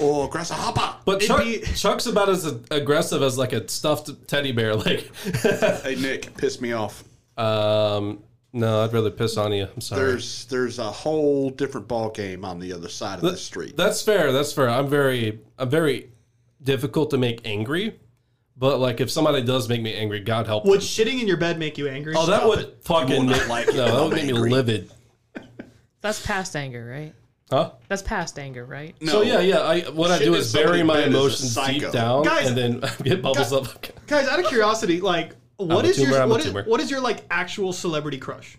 oh, grasshopper. But Chuck, be- Chuck's about as aggressive as like a stuffed teddy bear. Like, Hey, Nick, piss me off. um, no, I'd rather piss on you. I'm sorry. There's there's a whole different ball game on the other side of the street. That's fair. That's fair. I'm very, I'm very difficult to make angry, but like if somebody does make me angry, God help. Would them. shitting in your bed make you angry? oh, that stop would it. You will fucking not make, like like it no, when that I'm would make me angry. livid. That's past anger, right? Huh? That's past anger, right? no, So yeah, yeah. I what I Shit do in is bury somebody's my bed is a emotions psycho. deep down, Guys- and then get bubbles up. Guys, out of curiosity, like, what a is tumor, your I'm a what is, tumor. what is your like actual celebrity crush?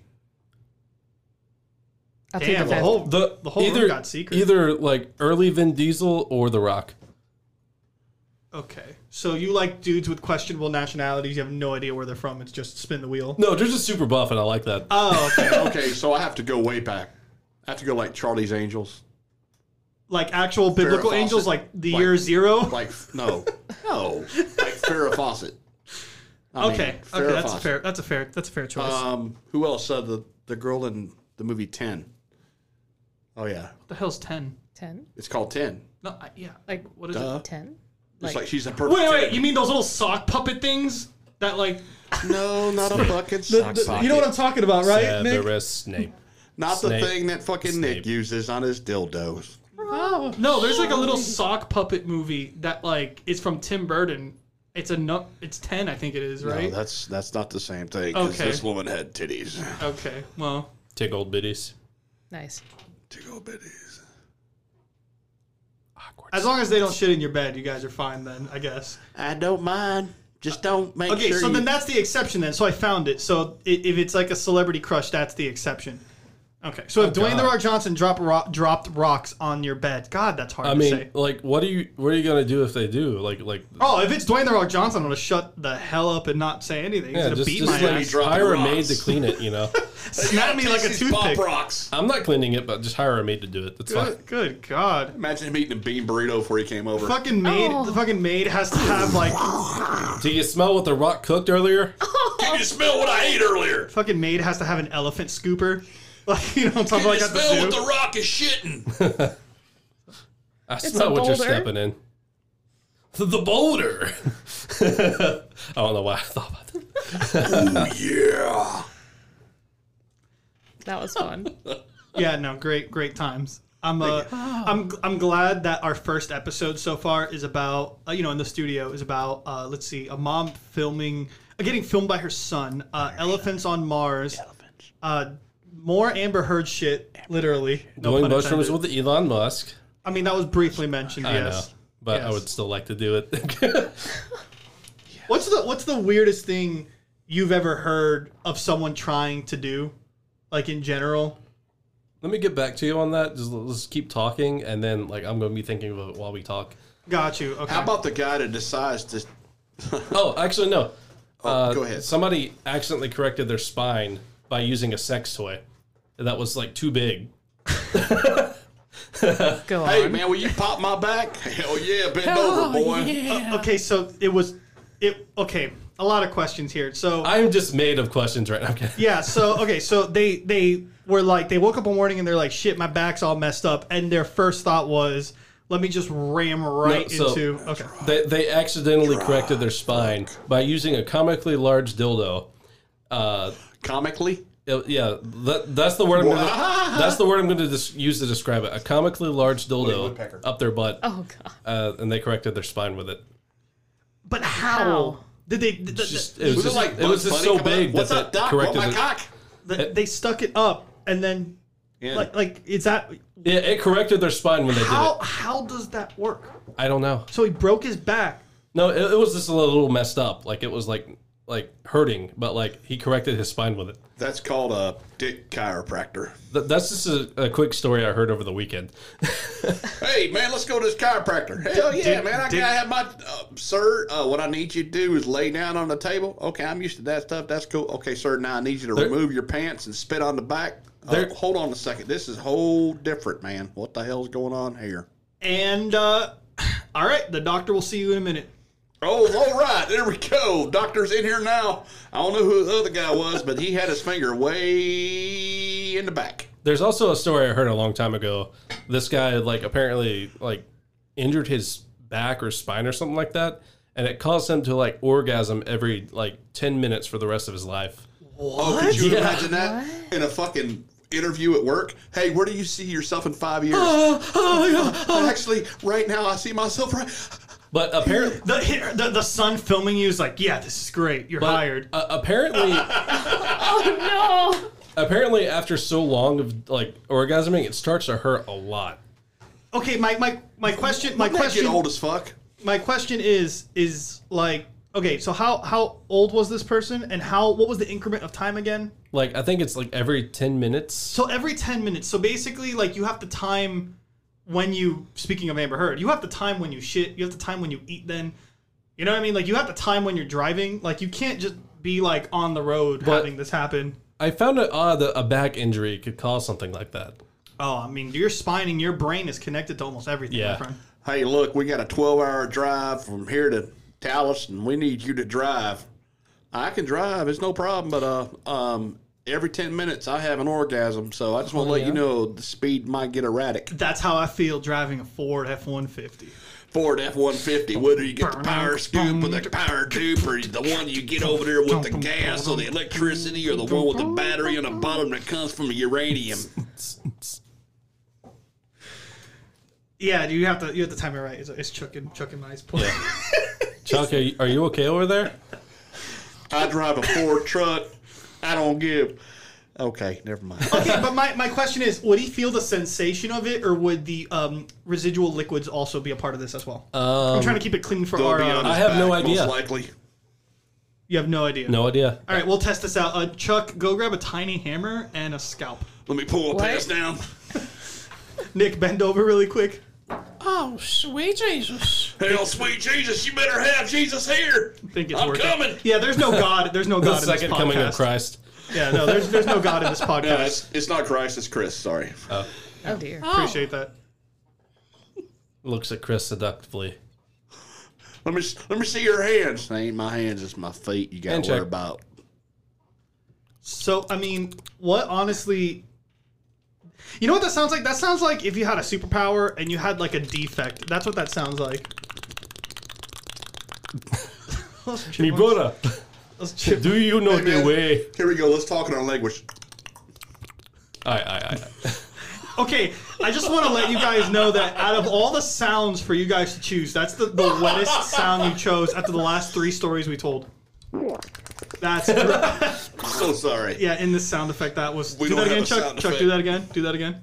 I'll take Damn, the the fifth. whole The, the whole either room got secret. either like early Vin Diesel or The Rock. Okay, so you like dudes with questionable nationalities? You have no idea where they're from. It's just spin the wheel. No, they're just super buff, and I like that. Oh, okay. okay, so I have to go way back. I have to go like Charlie's Angels. like actual biblical Farrah angels, Fawcett. like the Like- year zero. Like no, no, like Farrah Fawcett. I mean, okay, Farrah okay, that's a Fawcett. fair. That's a fair. That's a fair choice. what Um, who else? Uh, the the girl in the movie Ten. Oh yeah, the hell's ten? Ten. it's called Ten. No, I, yeah. Like What is Duh. it? ten. It's Like- like she's a perfect. Wait, wait. You mean those little sock puppet things that like? No, not a bucket the- sock the- socket. you know what I'm talking about, right, Nick? Severus Snape. Not Snape. the thing that fucking Nick Snape. uses on his dildos. Oh, No, there's like a little sock puppet movie that like it's from Tim Burton. It's a nu- It's ten, I think it is, No, right? that's that's not the same thing. 'cause Okay. this woman had titties. okay. Well, Take old biddies. Nice. Tickle bitties. Awkward. as long as they don't shit in your bed, you guys are fine then, I guess. I don't mind. Just don't make Okay, sure. so you- then that's the exception then. So I found it. So i- if it's like a celebrity crush, that's the exception. Okay, so Oh, if Dwayne the Rock Johnson dropped ro- dropped rocks on your bed, God, that's hard I to mean, say. like, what are you? What are you gonna do if they do? Like, like, Oh, if it's Dwayne the Rock Johnson, I'm gonna shut the hell up and not say anything. He's yeah, gonna just, beat just my like ass, drop hire the a maid rocks. to clean it. You know, snap me like a These pop toothpick. rocks. I'm not cleaning it, but just hire a maid to do it. That's fine. Good, good God. Imagine him eating a bean burrito before he came over. Fucking maid, the fucking maid has to have like Do you smell what the rock cooked earlier? Can you smell what I ate earlier? fucking maid has to have an elephant scooper. Like you know, what I'm talking about like at the zoo. rock is shitting? I It's smell a what you're boulder. stepping in. The, the boulder. I don't know why I thought about that. yeah. That was fun. yeah, no, great, great times. I'm uh, I'm I'm glad that our first episode so far is about uh, you know in the studio is about uh, let's see a mom filming uh, getting filmed by her son uh, elephants on Mars uh, more Amber Heard shit literally no Going pun mushrooms intended. with Elon Musk. I mean that was briefly mentioned I know, yes but I Yes. would still like to do it. what's the what's the weirdest thing you've ever heard of someone trying to do like in general Let me get back to you on that. Just let's keep talking, and then like I'm gonna be thinking of it while we talk. got you okay How about the guy that decides to? Oh, actually, no. Uh, go ahead. Somebody accidentally corrected their spine by using a sex toy that was like too big. Go on. Hey man, will you pop my back? Hell yeah, bend over, boy. okay so it was it okay a lot of questions here so I'm just made of questions right now. Okay. yeah so okay so they they were like they woke up one morning and they're like shit my back's all messed up and their first thought was let me just ram right No, so- into okay They, they accidentally corrected their spine by using a comically large dildo. Uh, Comically, it- yeah, that, that's the word. I'm gonna, that's the word I'm going to dis- use to describe it. A comically large dildo up their butt, oh god. uh, and they corrected their spine with it. but how, How? did they th- th- Just, it was, Was it just, like it Bugs was just Bunny so coming up? big What's that up, they Doc? Want corrected my it. cock? th- they stuck it up and then Yeah. like like is that Yeah, it corrected their spine when they how how does that work did it. I don't know. so he broke his back No, it, it was just a little messed up. Like it was like like hurting, but like he corrected his spine with it. That's called a dick chiropractor. Th- that's just a, a quick story I heard over the weekend. Hey man, let's go to this chiropractor. Hell Oh, yeah, man! I dick- gotta have my uh, sir. Uh, what I need you to do is lay down on the table. Okay, I'm used to that stuff. That's cool. Okay, sir. Now I need you to remove your pants and spit on the back. Uh, There- hold on a second. This is whole different, man. What the hell's going on here? and uh all right the doctor will see you in a minute Oh, all right. There we go. Doctor's in here now. I don't know who the other guy was, but he had his finger way in the back. There's also a story I heard a long time ago. This guy like apparently like injured his back or spine or something like that, and it caused him to like orgasm every like ten minutes for the rest of his life. Oh, could you imagine that in a fucking interview at work? Hey, where do you see yourself in five years? Ah, Actually, right now I see myself right. But apparently. the, here- the the son filming you is like yeah this is great you're hired Uh, apparently, Oh no. apparently, after so long of like orgasming, it starts to hurt a lot. okay my my my question my Wouldn't that question get old as fuck. my question is is like okay so how how old was this person and how what was the increment of time again Like I think it's like every ten minutes. so every 10 minutes so basically like you have to time when you speaking of amber heard you have to time when you shit you have to time when you eat then you know what i mean like you have to time when you're driving like you can't just be like on the road having this happen I found it odd that a back injury could cause something like that. Oh, I mean, your spine and your brain is connected to almost everything, Yeah. my friend. Hey, look, we got a 12 hour drive from here to Dallas, and we need you to drive. I can drive, it's no problem, but uh, um, every 10 minutes I have an orgasm, so I just Oh, want to let you know the speed might get erratic. That's how I feel driving a Ford F one fifty. Ford F 150, whether you get the power scoop or the power dupe, or the one you get over there with the gas or the electricity, or the one with the battery on the bottom that comes from the uranium. Yeah, you have to you have to time it right. It's, it's chucking chucking my point. Chuck, are you, are you okay over there? I drive a Ford truck, I don't give. Okay, never mind. okay, but my, my question is, would he feel the sensation of it, or would the um, residual liquids also be a part of this as well? I'm trying to keep it clean for They'll our. Um, be uh, on I his have no back, idea. Most likely. you have no idea. No idea. All right, we'll test this out. Uh, Chuck, go grab a tiny hammer and a scalp. Let me pull a What? pass down. Nick, bend over really quick. Oh, sweet Jesus. Hell, sweet Jesus, you better have Jesus here. think it's I'm working. coming. Yeah, there's no God. There's no The God in this second coming of podcast. Christ. Yeah, no, there's there's no God in this podcast. No, it's, it's not Christ, it's Chris. Sorry. Oh dear. Appreciate that. Looks at Chris seductively. let me let me see your hands. They ain't my hands, it's my feet. You got Hand to worry check. about. So I mean, what honestly? You know what that sounds like? That sounds like if you had a superpower and you had like a defect. That's what that sounds like. Those Me chipmunks- brother, those chip- do you know the way? Here we go. Let's talk in our language. Aye, aye, aye. Okay, I just want to let you guys know that out of all the sounds for you guys to choose, that's the, the wettest sound you chose after the last three stories we told. That's I'm so sorry. Yeah, in the sound effect that was. We do that don't have again, a Chuck. sound Chuck, effect. do that again. Do that again.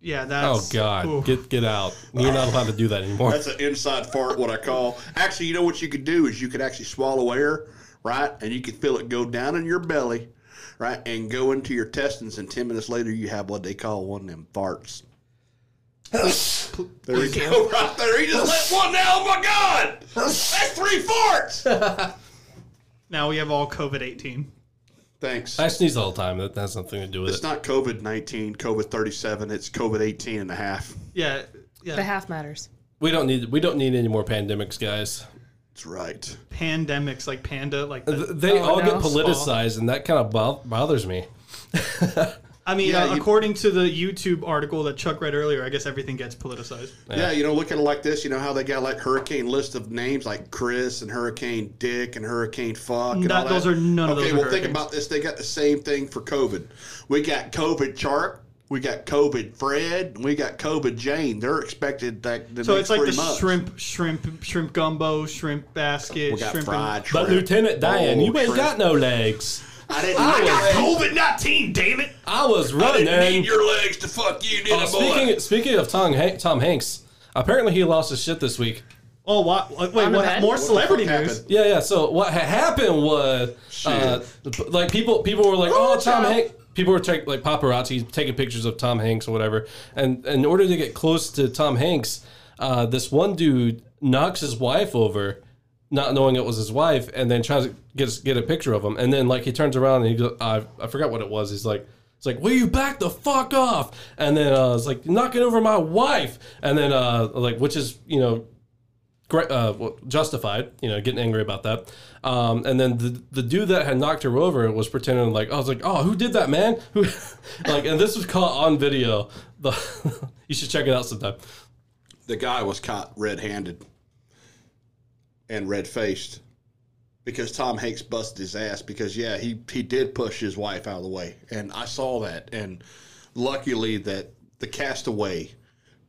Yeah, Oh that's. God, ooh. get get out! You're not allowed to do that anymore. That's an inside fart, what I call. Actually, you know what you could do is you could actually swallow air, right? And you could feel it go down in your belly, right? And go into your intestines. And 10 minutes later, you have what they call one of them farts. there you go, right there. He just let one now. Oh my God! That's three farts! Now we have all COVID eighteen. Thanks. I sneeze all the time. That has nothing to do with It's it. not COVID 19, COVID 37. It's COVID 18 and a half. Yeah, yeah. The half matters. We don't need we don't need any more pandemics, guys. That's right. Pandemics like panda, like. Uh, Th- The, They all no. get politicized, and that kind of bo- bothers me. I mean, Yeah, uh, you- according to the YouTube article that Chuck read earlier, I guess everything gets politicized. Yeah. you know, look at it like this. You know how they got like hurricane list of names like Chris and Hurricane Dick and Hurricane Fuck. And That- all those that. are- none of okay, those are well, think hurricanes. about this. They got the same thing for COVID. We got COVID Chark. We got COVID Fred. and We got COVID Jane. They're expected that. The So next it's like three the months. shrimp, shrimp, shrimp gumbo, shrimp basket, We got shrimp. and- fried But shrimp. Lieutenant Diane, you Oh, ain't shrimp. got no legs. I didn't. I COVID 19, damn it! I was running. didn't need your legs to fuck you, did Oh, I, boy? speaking speaking of Tom, Han- Tom Hanks, apparently he lost his shit this week. oh, what? Wait, On the what? bed? More What the celebrity fuck news. happened? Yeah, yeah. So what ha- happened was, uh, p- like people people were like, oh, Tom Hanks. People were take, like paparazzi taking pictures of Tom Hanks or whatever. And in order to get close to Tom Hanks, uh, this one dude knocks his wife over, not knowing it was his wife, and then tries to get get a picture of him. And then like he turns around and he goes, I, I forgot what it was. He's like. It's like, will you back the fuck off? And then uh, it's like knocking over my wife. And then uh, like, which is you know great, uh, well, justified, you know, getting angry about that. Um, and then the, the dude that had knocked her over was pretending like, I was like, oh, who did that, man? Who, like, and this was caught on video. The, you should check it out sometime. the guy was caught red-handed and red-faced because Tom Hanks busted his ass because yeah he he did push his wife out of the way and I saw that and luckily that the castaway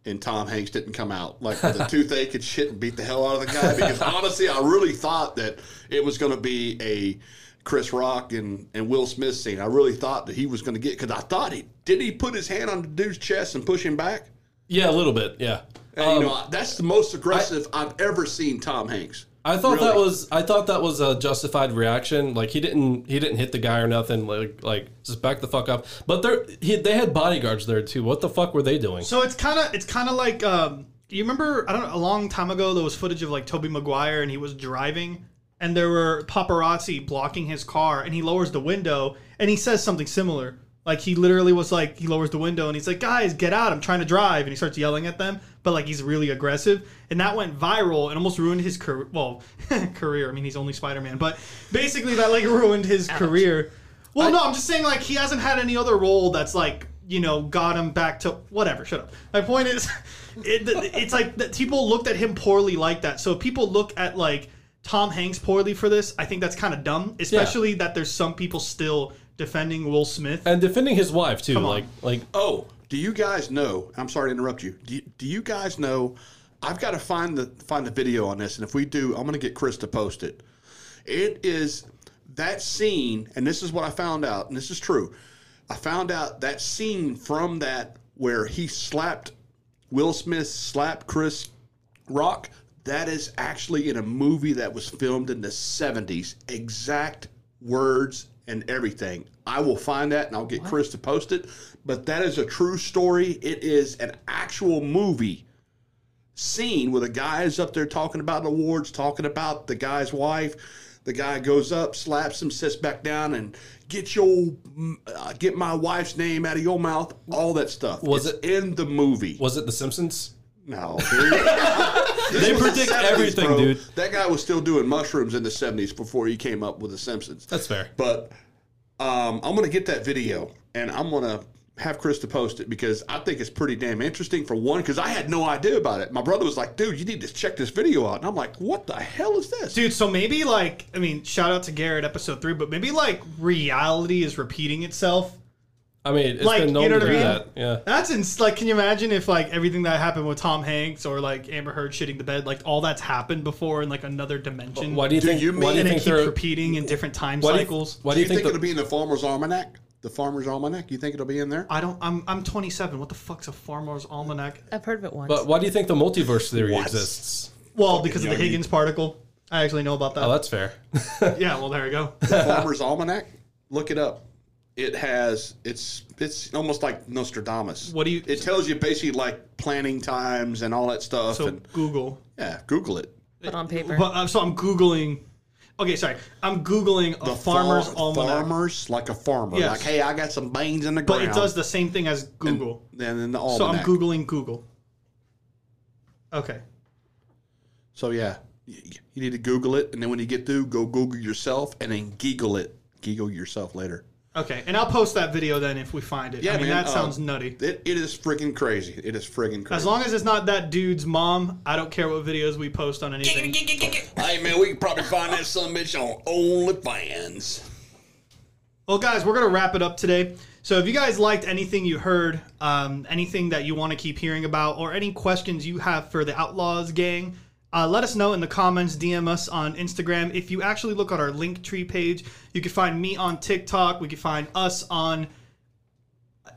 and Tom Hanks didn't come out like with a toothache and shit and beat the hell out of the guy because honestly I really thought that it was going to be a Chris Rock and, and Will Smith scene. I really thought that he was going to get because I thought he did he put his hand on the dude's chest and push him back. Yeah, a little bit. Yeah. And, you know, that's the most aggressive I, have ever seen Tom Hanks. I thought that Really? was I thought that was a justified reaction. Like he didn't he didn't hit the guy or nothing. Like like just back the fuck up. But there he, they had bodyguards there too. What the fuck were they doing? So it's kind of it's kind of like um, you remember I don't know a long time ago there was footage of like Toby Maguire and he was driving and there were paparazzi blocking his car and he lowers the window and he says something similar. Like he literally was like he lowers the window and he's like, "Guys, get out! I'm trying to drive!" And he starts yelling at them, but like he's really aggressive, and that went viral and almost ruined his career. Well, career. I mean, he's only Spider Man, but basically that like ruined his career. Well, no, I'm just saying like he hasn't had any other role that's like you know got him back to whatever. Shut up. My point is, it, it's like that people looked at him poorly like that. So if people look at like Tom Hanks poorly for this, I think that's kind of dumb. Especially that there's some people still defending Will Smith. and defending his wife too. on. Like, like Oh, do you guys know? I'm sorry to interrupt you. Do, you. do you guys know? I've got to find the find the video on this, and if we do, I'm going to get Chris to post it. It is that scene, and this is what I found out, and this is true. I found out that scene from that where he slapped Will Smith, slapped Chris Rock. That is actually in a movie that was filmed in the 70s. Exact words and everything. I will find that and I'll get Chris to post it. But that is a true story. It is an actual movie scene where the guy is up there talking about awards, talking about the guy's wife. The guy goes up, slaps him, sits back down, and get your uh, get my wife's name out of your mouth. All that stuff Was It's in the movie? was it The Simpsons? No. dude. They This was the predict 70s, everything, bro. dude. That guy was still doing mushrooms in the 70s before he came up with The Simpsons. That's fair. But um, I'm going to get that video and I'm going to have Chris to post it because I think it's pretty damn interesting for one, because I had no idea about it. My brother was like, dude, you need to check this video out. And I'm like, what the hell is this? Dude, so maybe like I mean, shout out to Garrett episode three, but maybe like reality is repeating itself. I mean, it's Like, been known you know to what I do mean? that. Yeah. That's ins- like, can you imagine if like everything that happened with Tom Hanks or like Amber Heard shitting the bed, like all that's happened before in like another dimension? Why do you Do think? you why mean- do and you it think keeps they're? repeating in different time Why do you, cycles. why do you, think, the- it'll be in the Farmer's Almanac? The Farmer's Almanac? You think it'll be in there? I don't. I'm I'm 27. What the fuck's a farmer's almanac? I've heard of it once. But why do you think the multiverse theory exists? Well, because of the Higgins particle. I actually know about that. Oh, that's fair. yeah. Well, there you go. Farmer's Almanac. Look it up. It has it's it's almost like Nostradamus. What do you- It tells you basically like planning times and all that stuff. So and Google. yeah, Google it. Put on paper. But um, so I'm googling. Okay, sorry. I'm googling a farmer's Far- almanac, Farmers like a farmer. Yes. Like hey, I got some beans in the but ground. it does the same thing as Google. And then the so I'm almanac. googling Google. Okay. So yeah, y- y- you need to Google it, and then when you get through, go Google yourself, and then giggle it. Giggle yourself later. Okay, and I'll post that video then if we find it. Yeah, I mean man, that Um, uh, sounds nutty. It, it is freaking crazy. It is freaking crazy. As long as it's not that dude's mom, I don't care what videos we post on anything. hey man, we can probably find that some bitch on OnlyFans. Well, guys, we're going to wrap it up today. So, if you guys liked anything you heard, um, anything that you want to keep hearing about, or any questions you have for the Outlaws gang, uh, let us know in the comments. DM us on Instagram. If you actually look at our Linktree page, you can find me on TikTok. We can find us on.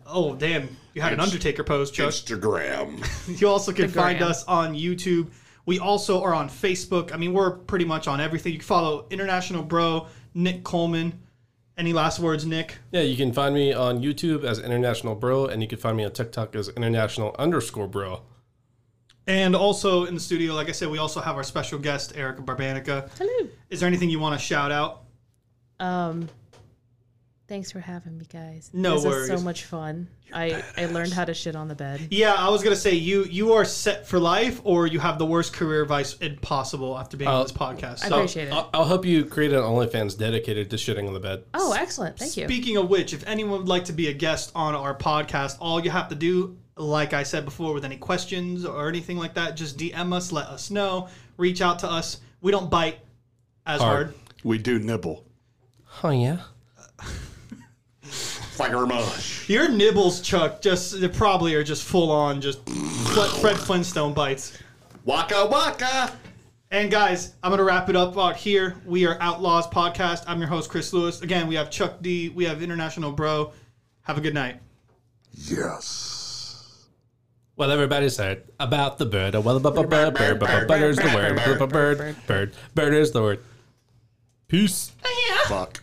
Oh, damn. You had an Undertaker pose, Chuck. Instagram. You also can find gram. us on YouTube. We also are on Facebook. I mean, we're pretty much on everything. You can follow International Bro, Nick Coleman. Any last words, Nick? Yeah, you can find me on YouTube as International Bro, and you can find me on TikTok as International underscore Bro. And also in the studio, like I said, we also have our special guest, Erica Barbanica. Hello. Is there anything you want to shout out? Um, thanks for having me, guys. No this was worries. so much fun. I I learned how to shit on the bed. Yeah, I was gonna say you you are set for life, or you have the worst career advice possible after being on this podcast. I So, appreciate it. I'll, I'll help you create an OnlyFans dedicated to shitting on the bed. oh, excellent. Thank you. speaking of which, if anyone would like to be a guest on our podcast, all you have to do, like I said before, with any questions or anything like that, just DM us, let us know, reach out to us. We don't bite as hard. Hard. we do nibble. Oh yeah. Like Hermitage. Your nibbles, Chuck, just they probably are just full on, just Fle- Fred Flintstone bites. Waka waka. And guys, I'm gonna wrap it up out here. We are Outlaws Podcast. I'm your host, Chris Lewis. Again, we have Chuck D, we have International Bro. Have a good night. Yes. Well, everybody's heard about the bird. Oh, well, bu- bu- bird, bird, bu- bu- bird is the word. Bu- bu- Bird, bird, bird is the word. Peace. Fuck.